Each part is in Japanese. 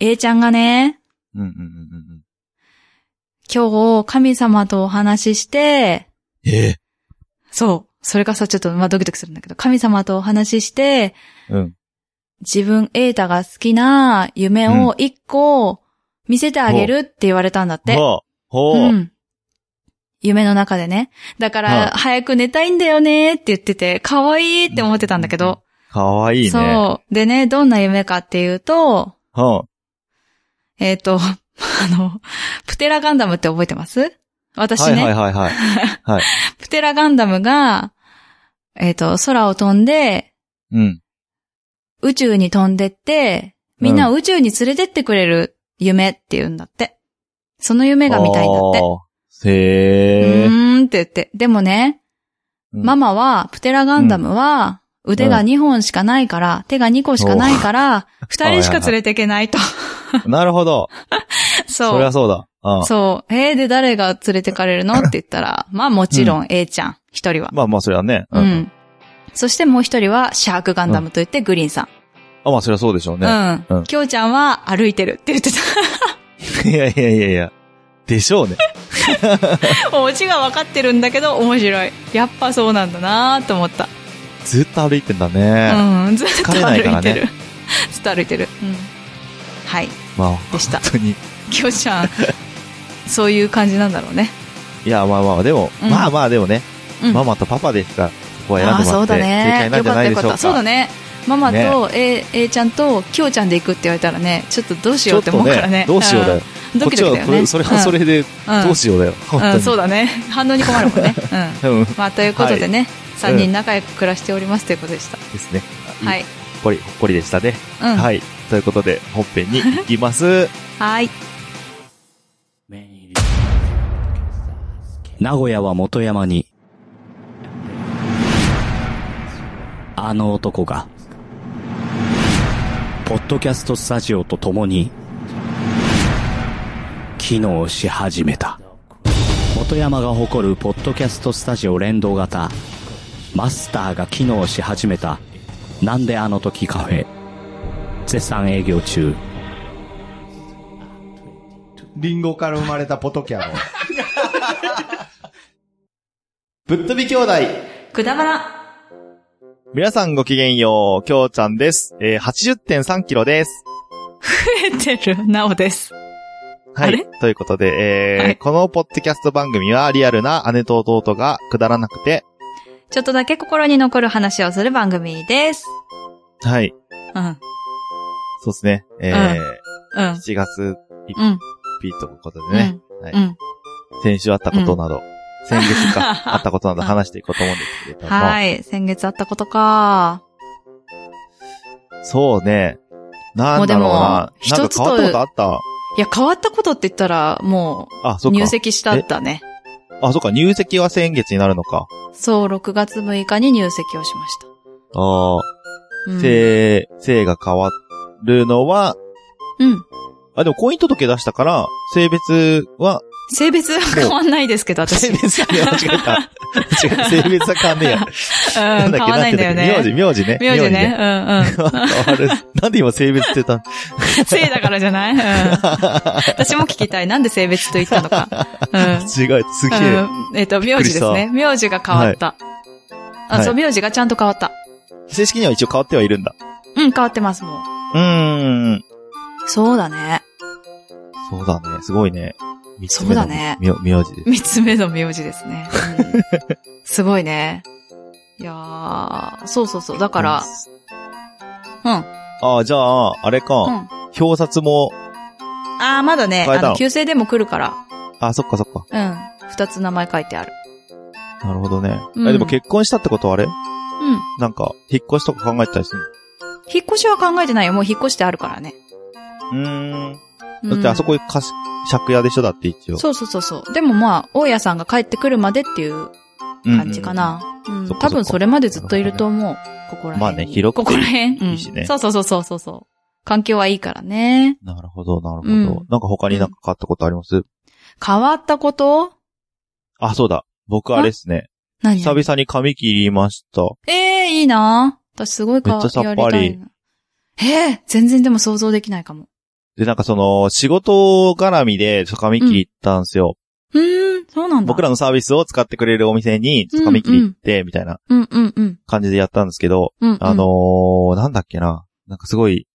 A ちゃんがね、うんうんうんうんうん。今日神様とお話しして、ええそう、それがさ、ちょっと、まあ、ドキドキするんだけど、神様とお話しして、うん。自分エータが好きな夢を一個見せてあげるって言われたんだって。ほう。ほう。うん。夢の中でね。だかはら、早く寝たいんだよねって言ってて、可愛いって思ってたんだけど。かわいいね。そう。でね、どんな夢かっていうと、ほえっ、と、 あの、プテラガンダムって覚えてますう。私はね、いはいは いはい。はい。プテラガンダムが、えっ、と、空を飛んで、うん。宇宙に飛んでって、みんなを宇宙に連れてってくれる夢って言うんだって。その夢が見たいんだって。て。うへえ。ーんって言って。でもね、マママ。は、プテラガンダムは、腕が2本しかないから、手が2個しかないから、2人しか連れていけない と。なるほど。そりそゃう。そうだ。うん。そう。えー、で、誰が連れてかれるのって言った ら、まあもちろん A ちゃん、一人は。まあまあ、そりゃね。う。ん。そしてもう一人は、シャークガンダムと言って、グリーンさん。あ、まあ、そりゃそうでしょううね。うんん。きょうちゃんは、歩いてるって言ってた。 いやいやいやいや。でしょうね。もうオチが分かってるんだけど、面白い。やっぱそうなんだなと思った。ずっと歩いてんだね。うん。ずっと疲れ歩ないかいらてねる。 ずっと歩いてる。うん。はい。まあ、でした。本当に。きょうちゃ ん、そういう感じなんだろうね。いや、まあまあ、でも、うんまあまあ、でもね、うんママとパパですから、ここは選あんあ、でもそらっうて、だ正ね解。なんよじゃかっなたいでよかしょっうか。た。そうだね。ね。ママと A, A ちゃんときょうちゃんで行くって言われたらね、ちょっとどうしちよょうっって思とうからねね。、どうしようだよ。うん。ドこっキちドキはだよこれ、ね。それはそれで、うんどうしようだよ。本うん当うにん、そうだね。反応に困るもん ね。うん。うん。まあ、ということでね、三3う人仲良く暮らしておりますということでした。ですね。。はいい。ほっこり、ほっこりでしたね。うん。はい。ということで、本編に行きます。はい。名古屋は元山に、あの男が、ポッドキャストスタジオと共に、機能し始めた。元山が誇るポッドキャストスタジオ連動型、マスターが機能し始めた、なんであの時カフェ、絶賛営業中。 リンゴから生まれたポト キャロ。ぶっ飛び兄弟。くだばら。皆さんごきげんよう、きょうちゃんです。えー、80.3キロです。増えてる、なおです。はあいれ。ということで、えーはいこのポッドキャスト番組はリアルな姉と弟がくだらなくて、ちょっとだけ心に残る話をする番組です。はい。うん。そうですね。えーうん。 7月1うん。日ということうでね、ん。はいうん。先週あったことなど、先 月か、あったことなどうん話していこうと思うんですけれども、はい。先月あったことか。そうね。なんだろうな。もうでもなんか変わったことあったいや、変わったことって言ったら、も、あ、そうっか入。籍したったね。あ、そっか。入籍は先月になるのか。そう、6月6日に入籍をしました。ああ、うん。性、性が変わるのは、うん。あ、でも婚姻届出したから、性別 は、性別は変わんないですけど、私。性別はね、間違えた。間違えた。性別は変わんねえや。 うん、変わんないんだよ名字、ね。名字ね。名字ね。。うん名字ねあれ、なんで今性別って言ったうん。性だからじゃないう ん。私も聞きたい。なんで性別と言ったのか。うん。の違う、すげえ。うん、えっと、名字ですね。名字が変わった。あ、はいそう、名字がちゃんと変わった。正式には一応変わってはいるんだ。うん、変わってます、もう。うーん。そうだね。そうだね。すごいね。三つ目のそうだね名名字です。三つ目の名字ですね。うん すごいね。いやー、そうそうそう。だから、うん。うああ、じゃあ、あれか。ん。表札も、あー、まだね、変えあたのの、旧姓でも来るから。あ、そっかそっか。うん。二つ名前書いてある。なるほどね。うんえでも結婚したってことはあれうん。なんか、引っ越しとか考えてたりする引っ越しは考えてないよ。もう引っ越してあるからね。のうーん。うんだってあそこ貸し、借家でしょだって一応。そうそうそうそう。でもまあ、大家さんが帰ってくるまでっていう感じかな。うんそっか多分それまでずっといると思う。ここら辺に。まあね広くてここら辺。うんいいしねそうそうそうそうそうそう。環境はいいからね。なるほど、なるほど。うんなんか他になんか変わったことあります、変わったことあ、そうだ。僕あれですね。何久々に髪切りました。ええいいな私すごいかめっちゃさっぱりやりたいなええ全然でも想像できないかも。で、なんかその、仕事絡みで、ちょっと髪切り行ったんですよ。うーん、そうなんだ。 僕らのサービスを使ってくれるお店に、ちょっと髪切り行って、みたいなうんうんうん。感じでやったんですけど、うんうん。あの、ー、なんだっけな。なんかすごい、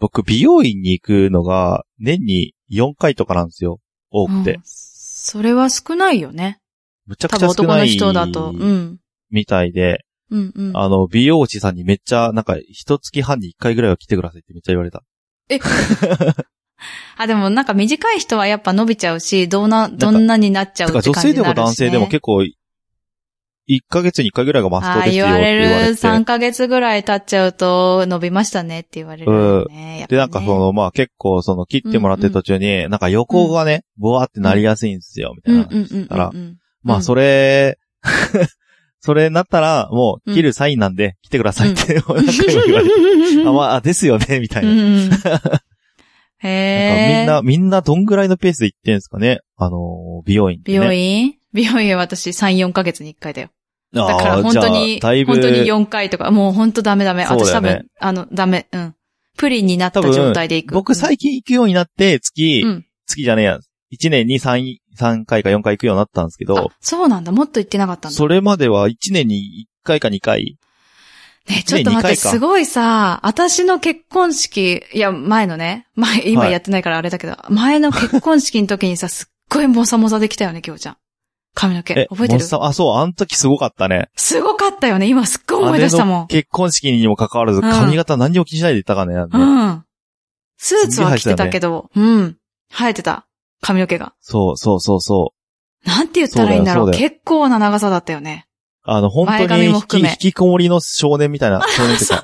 僕、美容院に行くのが、年に4回とかなんですよ。多くて。。それは少ないよね。むちゃ多くちゃ分少男なのい。人だと。うん。みたいで、うんうん。あの、美容師さんにめっちゃ、なんか、一月半に一回ぐらいは来てくださいってめっちゃ言われた。えあ、でもなんか短い人はやっぱ伸びちゃうし、どうな、どんなになっちゃうだっかてら感女じ性にでなるし、ね。も男性でも結構、一ヶ月に一回ぐらいがマストあであ、す言よっわてれ言わる。れて。 3ヶ月ぐらい経っちゃうと、伸びましたねって言われるよね。やっぱねで、なんかそ、の、まあ結構その切ってもらってる途中に、なんか横がね、ボワってなりやすいんですよ、みたういんな。うんうんうんだからうん。まあそれ、 それなったら、もう切るサイン なんで来てくださいって、もう何回も言われ て。あ、まあ、あですよね、みたいな。うなんかんうん。へえ。みんな、、みんなどんぐらいのペースで行ってんすかねあのー、美容院って美ね、容院美容院は私3、4ヶ月に1回だよ。あーだから本当に、じゃあだいぶ本当に4回とか、もう本当ダメダメ。そうだ私多よね分、あの、ダメ。うん。プリンになった多分状態で行く。僕最近行くようになって、月、うん月じゃねえや、1年に3、三回か4回行くようになったんですけあど、そうなんだ。もっと行ってなかったんだ。それまでは1年に1回か2回。ね、ちょっとね二待って、回かすごいさ、私の結婚式、いや、前のね、前、今はいやってないからあれだけど、前の結婚式の時にさ、 すっごいモサモサできたよね、きょうちゃん。髪の毛。覚えてもるっさんあ、そう、あの時すごかったね。すごかったよね。今すっごい思い出したもん姉の。結婚式にも関わらうず、ん髪型何にも気にしないで行ったからねあうのね。ん。スーツは着てたけど、うん。生えてた。髪の毛が。そうそうそうそう。なんて言ったらいいんだろう。そうだよそうだ結構な長さだったよね。あの、本前当髪にも引き含め引きこもりの少年みた いな、少年っていうか、引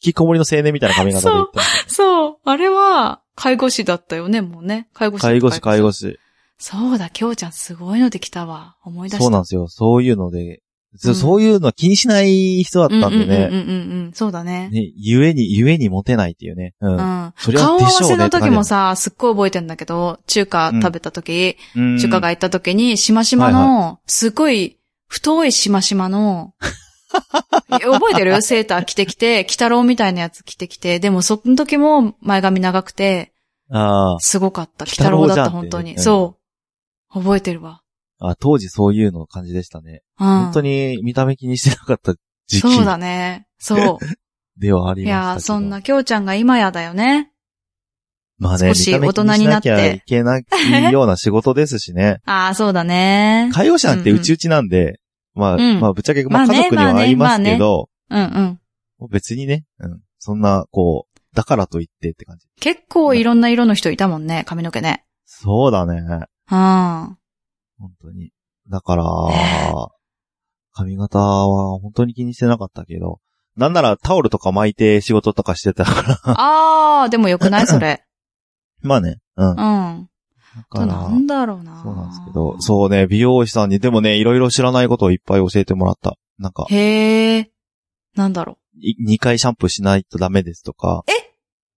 きこもりの青年みたいな髪型で行った。そう。あれは、介護士だったよね、もうね。介護士。介護士、介護士。そうだ、きょうちゃんすごいのできたわ。思い出した。そうなんですよ。そういうので、そうんそういうのは気にしない人だったんうんでね。うんうんうんうん、そうだね。ね、ゆえに、ゆえにモテないっていうね。うん。ううんんそ。りゃ顔合わでしょうせねの時もさ、すっごい覚えてんだけど、中華食べた時、中華街行った時に、しましまはの、すごい太いしましま の、え覚えてるセーター着てきて、鬼太郎みたいなやつ着てきて、でもその時も前髪長くて、あすごかった。鬼鬼太太郎郎だっじゃんた、って本当に。うんそう。覚えてるわ。あ。あ、当時そういうの感じでしたね。うん。本当に見た目気にしてなかった時期そうだね。 そう。ではありいましたけど。やー、そんな、きょうちゃんが今やだよね。まあね、少し大人になって見た目気しなきゃいけないような仕事ですしね。ああ、そうだね。介護者なんてうちうちなんで、まあ、うんまあぶっちゃけ、ままああね家族にはありますけど、うんうん。もう別にね、うん。そんな、こう、だからといってって感じ。結構いろんな色の人いたもんね、髪の毛ね。そうだね。うん。本当に。だからね、髪型は本当に気にしてなかったけど、なんならタオルとか巻いて仕事とかしてた から。ああ、でもよくないそ れ。まあね、うん。だうん。から、なんだろうな。そうなんですけど、そうね、美容師さんに、でもね、いろいろ知らないことをいっぱい教えてもらった。なんか、へえ。なんだろ2回シャンプーしないとダメですとか、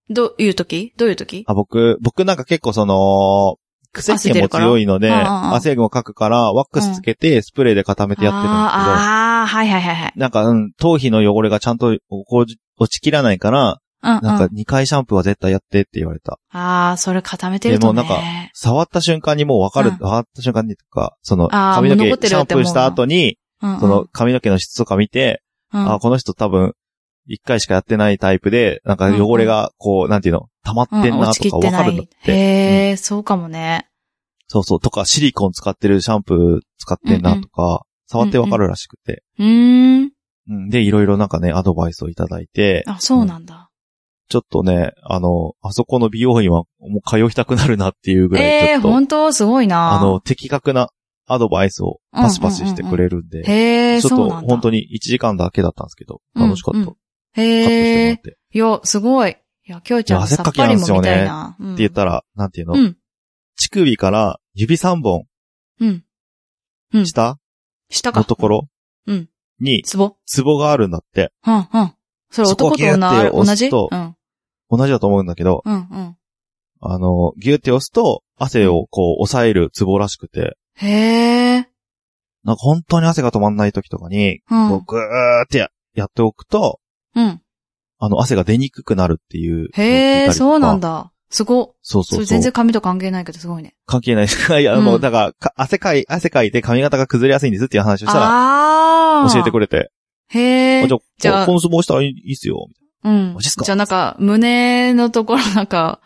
う。どういう時どういう時あ、僕、僕なんか結構その、癖汗毛出るもから強いので、うんうんうん汗をかくから、ワックスつけて、スプレーで固めてやってるんですけど、あーあー、はいはいはいはい。なんか、うん、頭皮の汚れがちゃんと落ち落ちきらないから、うん、うん。なんか2回シャンプーは絶対やってって言われた。ああ、それ固めてるとね。でもなんか触った瞬間にもうわかる、うん触った瞬間にとか、そのあー髪の毛もうシ残ってるャンプーした後に、うんうん、その髪の毛の質とか見て、うん、あーこの人多分1回しかやってないタイプで、なんかうんうん汚れがこう、なんていうの、溜まってんうんな落ちときかっわてかなるんだっい。て。へえ、そうかもね。そうそう、とかシリコン使ってるシャンプー使ってんなとか、触ってわかるらしくて。うーん。うん、で、いろいろなんかね、アドバイスをいただいて、あ、そうなんだ。ちょっとね、あの、あそこの美容院はもう通いたくなるなっていうぐらいえちえょー、っと、本当すごいな。あの、的確なアドバイスをパスパスしてくれるんで、へえ、ちょっそうとなんだ。本当に1時間だけだったんですけど、うん楽しかった。うんカットしてもへらっえ、て。っていや、すごい。いや、きょうちゃんのいや汗さっっかきなぱんりですもよ見ねたいな。って言ったら、なんていうの、うん。乳首から指3本うん。うん。下下か。のところうん。に、ツボ。ツボがあるんだって。うん、うん。それそこ男をと女ギュッあてる同押じすうとん。同じだと思うんだけど、うん、うん。あの、ギュって押すと、汗をこう、抑えるツボらしくて、へえ。なんか本当に汗が止まんない時とかに、う。こうんぐーってややっておくと、うん。あの、汗が出にくくなるっていう。へえ、そうなん。だ。すご。そうそそうれそう全。然髪と関係ないけどすごいね。関係ないです。いや、 うんもう、だからか、汗かい、汗かいて髪型が崩れやすいんですっていう話をしたら、ああ。教えてくれ。れて。へあえじゃ。あ、じゃあこの相撲したらいいっすよ。うん。マジっすかじゃあなんか、胸のところなんか、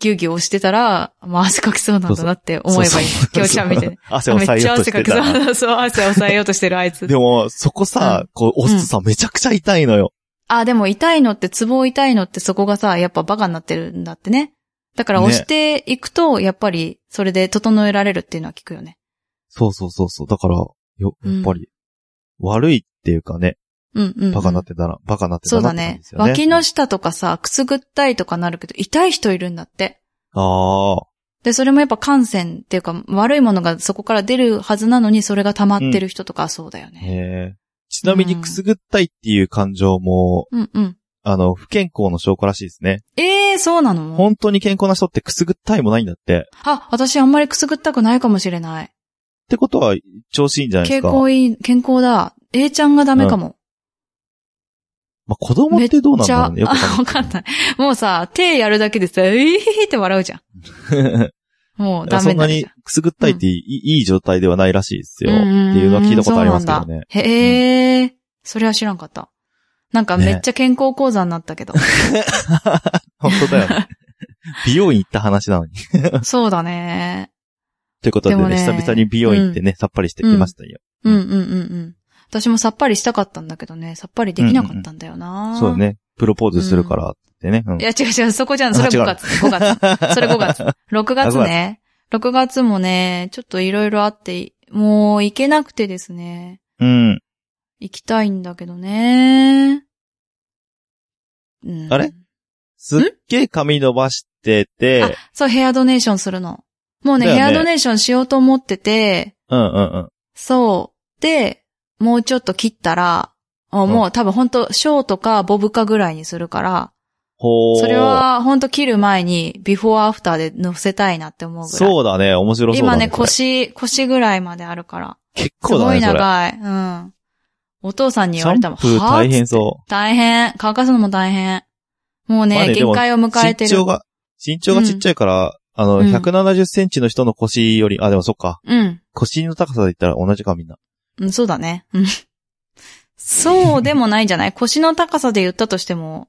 ギュギュ押してたら、もう汗かきそうなんだなって思えばいいそうそう。今日ちゃんみたいな。 汗をめっ採ちゃ用とし汗かてきそたうら。な。そう、汗を抑えようとしてるあいつ。でも、そこさ、こう、押すとさ、めちゃくちゃ痛いのよ。あ、でも痛いのって、ツボ痛いのってそこがさ、やっぱバカになってるんだってね。だからね押していくと、やっぱり、それで整えられるっていうのは聞くよね。そうそうそうそう。だから、よ、うんやっぱり、悪いっていうかね、うんうん、うん。バカなってたら、バカなってそうだたなって感じねです。よね。脇の下とかさ、くすぐったいとかなるけど、痛い人いるんだって。ああ。で、それもやっぱ感染っていうか、悪いものがそこから出るはずなのに、それが溜まってる人とかはそうだよね。へえ。ちなみに、くすぐったいっていう感情も、うんうん。あの、不健康の証拠らしいですね。ええー、そうなの本当に健康な人ってくすぐったいもないんだって。あ、私あんまりくすぐったくないかもしれない。ってことは、調子いいんじゃないです健か。康いい、健康だ。A ちゃんがダメかも。まあ、子供ってどうなんだろうね。めっよちくゃあ、わかんない。もうさ、手やるだけでさ、えーって笑うじゃないん。もうダメそんにななるじにゃん。くすぐったいっていい,、いい状態ではないらしいですよ。うっんてうんうんいうのは聞いたことありますけどそうなんねだ。へえ、それは知らんかった。なんかめっちゃ健康講座になったけ ど。本当だよ ね。 美容院行った話なのに。そうだね。ということでねでもね久々に美容院行ってね、さっぱりしてきましたよ。うんうんうんうん。私もさっぱりしたかったんだけどね、さっぱりできなかったんだよな、そうだ。ね。プロポーズするからってね。うんいや違う違う、そこじゃん。それ5あ違う月。5月。 それ5月。6月ね。6月もね、ちょっといろいろあって、もう行けなくてですね。うん。行きたいんだけどね。うんあれすっげえ髪伸ばしてあて、、そう、ヘアドネーションするの。もうねだよヘねアドネーションしようと思ってて、うんうんうん。そう。で、もうちょっと切ったら、あもう多分ほんと、ショーとかボブかぐらいにするから、ほー。それはほんと切る前に、ビフォーアフターで乗せたいなって思うぐらい。そうだね。面白そうだ今ね。ね、これ腰、腰ぐらいまであるから。結す構だごいね、それ。長い。うん。お父さんに言われたもん。シャンプーはあ大変そつうって大変。乾かすのも大変。もうね、まあねでも限界を迎えて身る長。が、身長がちっちゃいから、あの、うん170センチの人の腰より、あ、でもそっか。うん。腰の高さで言ったら同じか、みんな。うん、そうだね。うん。そうでもないんじゃ ない腰の高さで言ったとしても、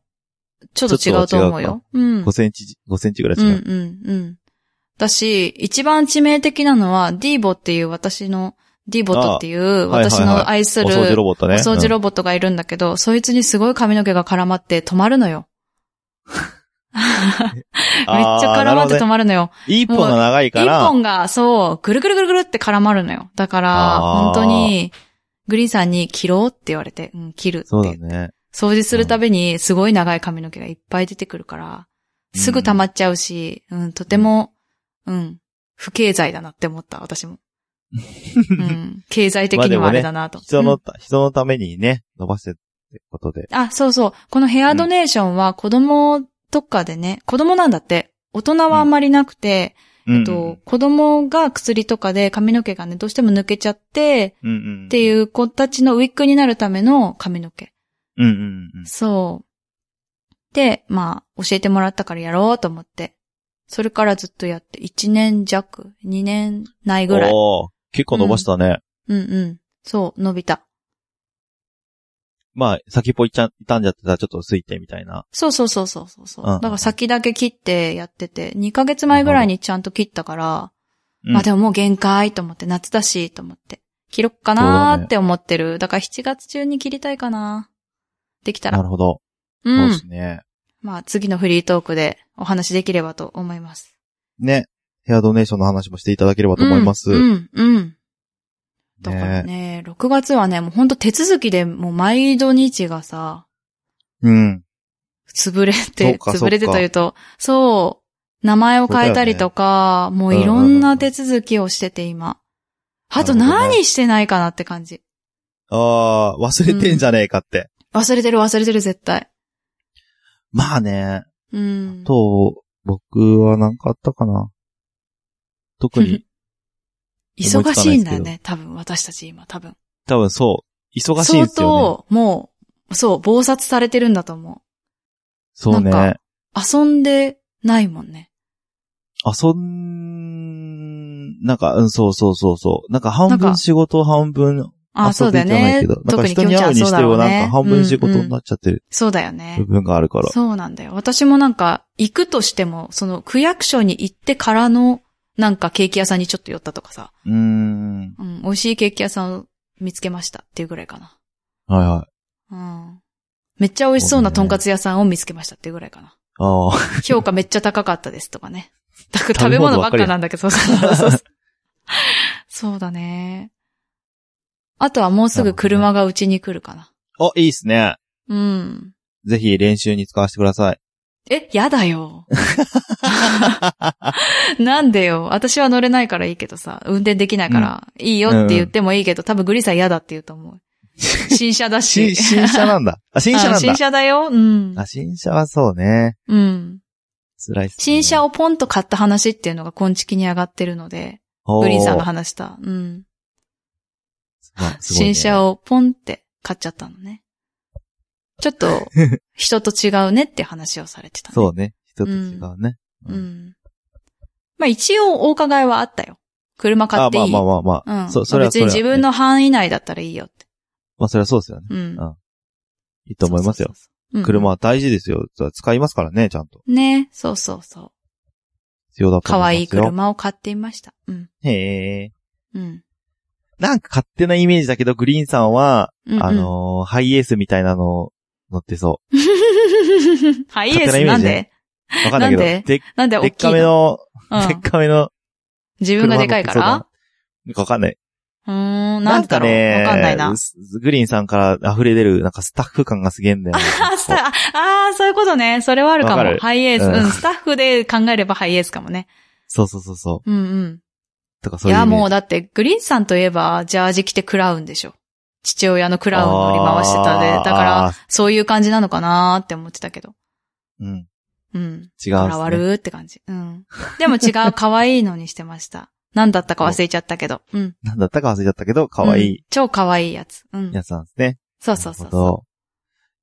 ちょっと違うと思うよ。うん。 5センチ、5センチぐらいうん、違う。うん、うん。だし、一番致命的なのは、ディーボっていう私の、ディーボトっていうあはいはいはい私の愛すおる掃除ロボットね。お掃除ボッロボットがいるんだけど、そいつにすごい髪の毛が絡まって止まるのよ。めっちゃ絡まって止まるのよ。一本が長い一、から、本が、そう、ぐるぐるぐるぐるって絡まるのよ。だから、あ本ー当に、グリーンさんに切ろうって言われて、うん、切るってそうだね。掃除するたびに、すごい長い髪の毛がいっぱい出てくるから、すぐ溜まっちゃうし、うん、とても、うん、不経済だなって思った、私 も。うん、経済的にはあれだなと。人うんの、人のためにね、伸ばしてってことで。あ、そうそう。このヘアドネーションは子供とかでね、子供なんだって。大人はあんまりなくて、うんえっと、子供が薬とかで髪の毛がね、どうしても抜けちゃって、うんうん。っていう子たちのウィッグになるための髪の毛。うんうんうん。そう。で、まあ、教えてもらったからやろうと思って。それからずっとやって、1年弱、2年ないぐらい。おー結構伸ばしたね。うんうん。そう、伸びた。まあ、先っぽいっちゃん、傷んじゃってたらちょっと薄いてみたいな。そうそうそうそうそうそう。うんうんうんだから先だけ切ってやってて、2ヶ月前ぐらいにちゃんと切ったから、うんまあでももう限界と思って、夏だしと思って、切ろっかなーって思ってる。だから7月中に切りたいかな。できたなら。るほど。うそうでん。すね。まあ次のフリートークでお話できればと思います。ね。ヘアドネーションの話もしていただければと思います。うん、うん。うんだからねね、6月はね、もうほんと手続きでもう毎土日がさ、うん。潰れそうて、かそうか潰れてというと、そう、名前を変えたりとか、もういろんな手続きをしてて今。あとなるほどね何してないかなって感じ。ああ、忘れてんじゃねえかって。忘れてる忘れてる絶対。まあね。うん。と、僕はなんかあったかな。特に、 忙しいんだよね、多分私たち今、多分。多分そう、忙しいんですよね。相当、もう、そう、忙殺されてるんだと思う。そうなんね。か遊んでないもんね。あ、そん、なんか、うん、そうそうそうそう。なんか半なんか分仕事、半分ああ、そ遊うびだじよゃないねけど、。なん特かにキ人ムにち会ゃうんにそうしだてろはうなんかね。半分仕事にうんうなんっちゃってるそうだよね部。分があるから。そうなんだよ。私もなんか、行くとしても、その区役所に行ってからの、なんかケーキ屋さんにちょっと寄ったとかさ、うーん。うん、美味しいケーキ屋さんを見つけましたっていうぐらいかな。はいはい。うん。めっちゃ美味しそうなとんかつ屋さんを見つけましたっていうぐらいかな。ああ。評価めっちゃ高かったですとかね。だから食食べべ物物ばばっっかかりなんだけど、そうそうそうそう そうだね。あとはもうすぐ車がうちに来るかな。お、いいっすね。うん。ぜひ練習に使わせてください。え、やだ よ。なんでよ。私は乗れないからいいけどさ、運転できないから、いいよって言ってもいいけど、多分グリさん嫌だって言うと思う。新車だしし、。新車なん だ。あ、新車なうんだ。ん新車だよ。うん。あ、新車はそうね。うん。辛いっすね、新車をポンと買った話っていうのが昆きに上がってるので、をグリーンさんが話した。うん。新車を。をポンって買っちゃったのね。ちょっ と、人と違うねって話をされてた、ね。そうね。人と違うね。う。ん。まあ一応お伺いはあったよ。車買あ、っていまあい。まあまあまあ。うん。そ、それは別に自分の。の範囲内だったらいいよって。まあそれはそうですよね。うん。あいいと思いますよそう。そうそうそう。車は大事ですよ。使いますからね、ちゃんと。うんね。そうそうそう。必要だと可思いますよ。愛い。車を買っていました。うん。へえ。うん。なんか勝手なイメージだけど、グリーンさんは、うんうんあ、のー、ハイエースみたいなの乗ってそ ハイエースなんでう。わかんないけど。なんでなんでで大っきいかめのの、うんでっかめの自分車が乗でってそうだな。かいからなんかわかんない。うーん、なんでだろうねわかんないな。すグリーンさんから溢れ出る、なんかスタッフ感がすげえんだよね。 あ、スタああー、そういうことね。それはあるかわかも。るハイエース。うんうん、スタッフで考えればハイエースかもね。そうそうそうそうんうん。う。とかそいういうイメーや、ジ。もうだって、グリーンさんといえば、ジャージ着てクラウンでしょ。父親のクラウン乗り回してたで、あだーから、あーそういう感じなのかなーって思ってたけど。うん。うん。違うんすねらわるーって感じ。うん。でも違う、可愛いのにしてました。 何だったか忘れちゃったけど。うん。なんだったか忘れちゃったけど、可愛うん超可愛いやつ。うんい。やつなんですね。そうそうそうなるそう。ほ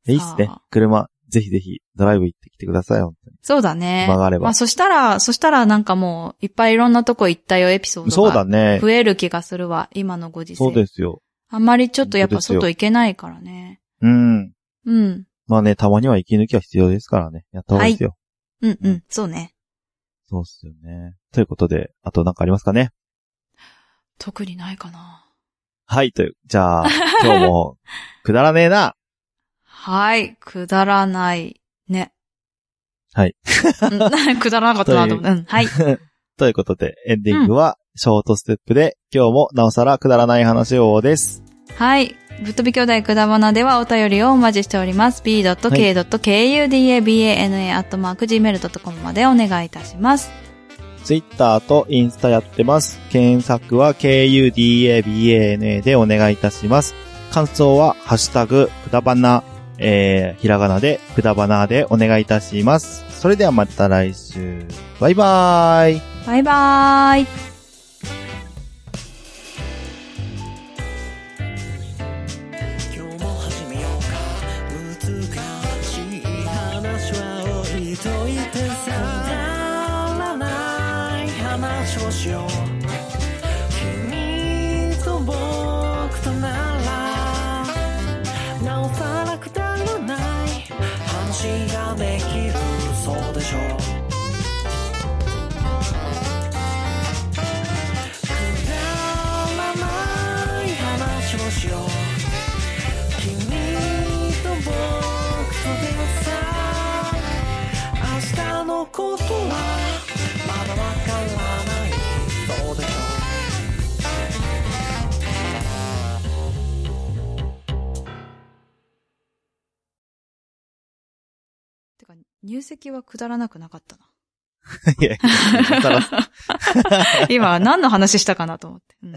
どいいっすねさあ。車、ぜひぜひ、ドライブ行ってきてください、本当に。そうだね。曲がればまあそしたら、そしたらなんかもう、いっぱいいろんなとこ行ったよ、エピソーそドうだが。ね。増える気がするわ、今のご時世。そうですよ。あんまりちょっとやっ本ぱ当ですよ外行けないからね。うん。うん。まあね、たまには息抜きは必要ですからね。やった方がいいですよ。うんうん、そうね。そうっすよね。ということで、あとなんかありますかね特にないかな。はい、という。じゃあ、今日も、くだらねえな。はい、くだらない。ね。はいうん。 くだらなかったなと思って。うん、はい。ということで、エンディングは、ショートステップで、今日もなおさらくだらない話をです。はい。ぶっ飛び兄弟くだばなではお便りをお待ちしております。b.k.kudabana.gmail.com までお願いいたします。ツイッターとインスタやってます。検索は KUDABANA でお願いいたします。感想は、ハッシュタグ、くだばな、えー、ひらがなで、くだばなでお願いいたします。それではまた来週。バイバーイ。バイバーイ。今日も始めようか難しい話は置いといてさくだらない話をしよう君と僕とならなおさらくだらない話ができるそうでしょうくだらない話をしよう君と僕とでさ明日のことはまだわからないそうでしょうてか、入籍はくだらなくなかったな。いやいや、なおさら今、何の話したかなと思って。うん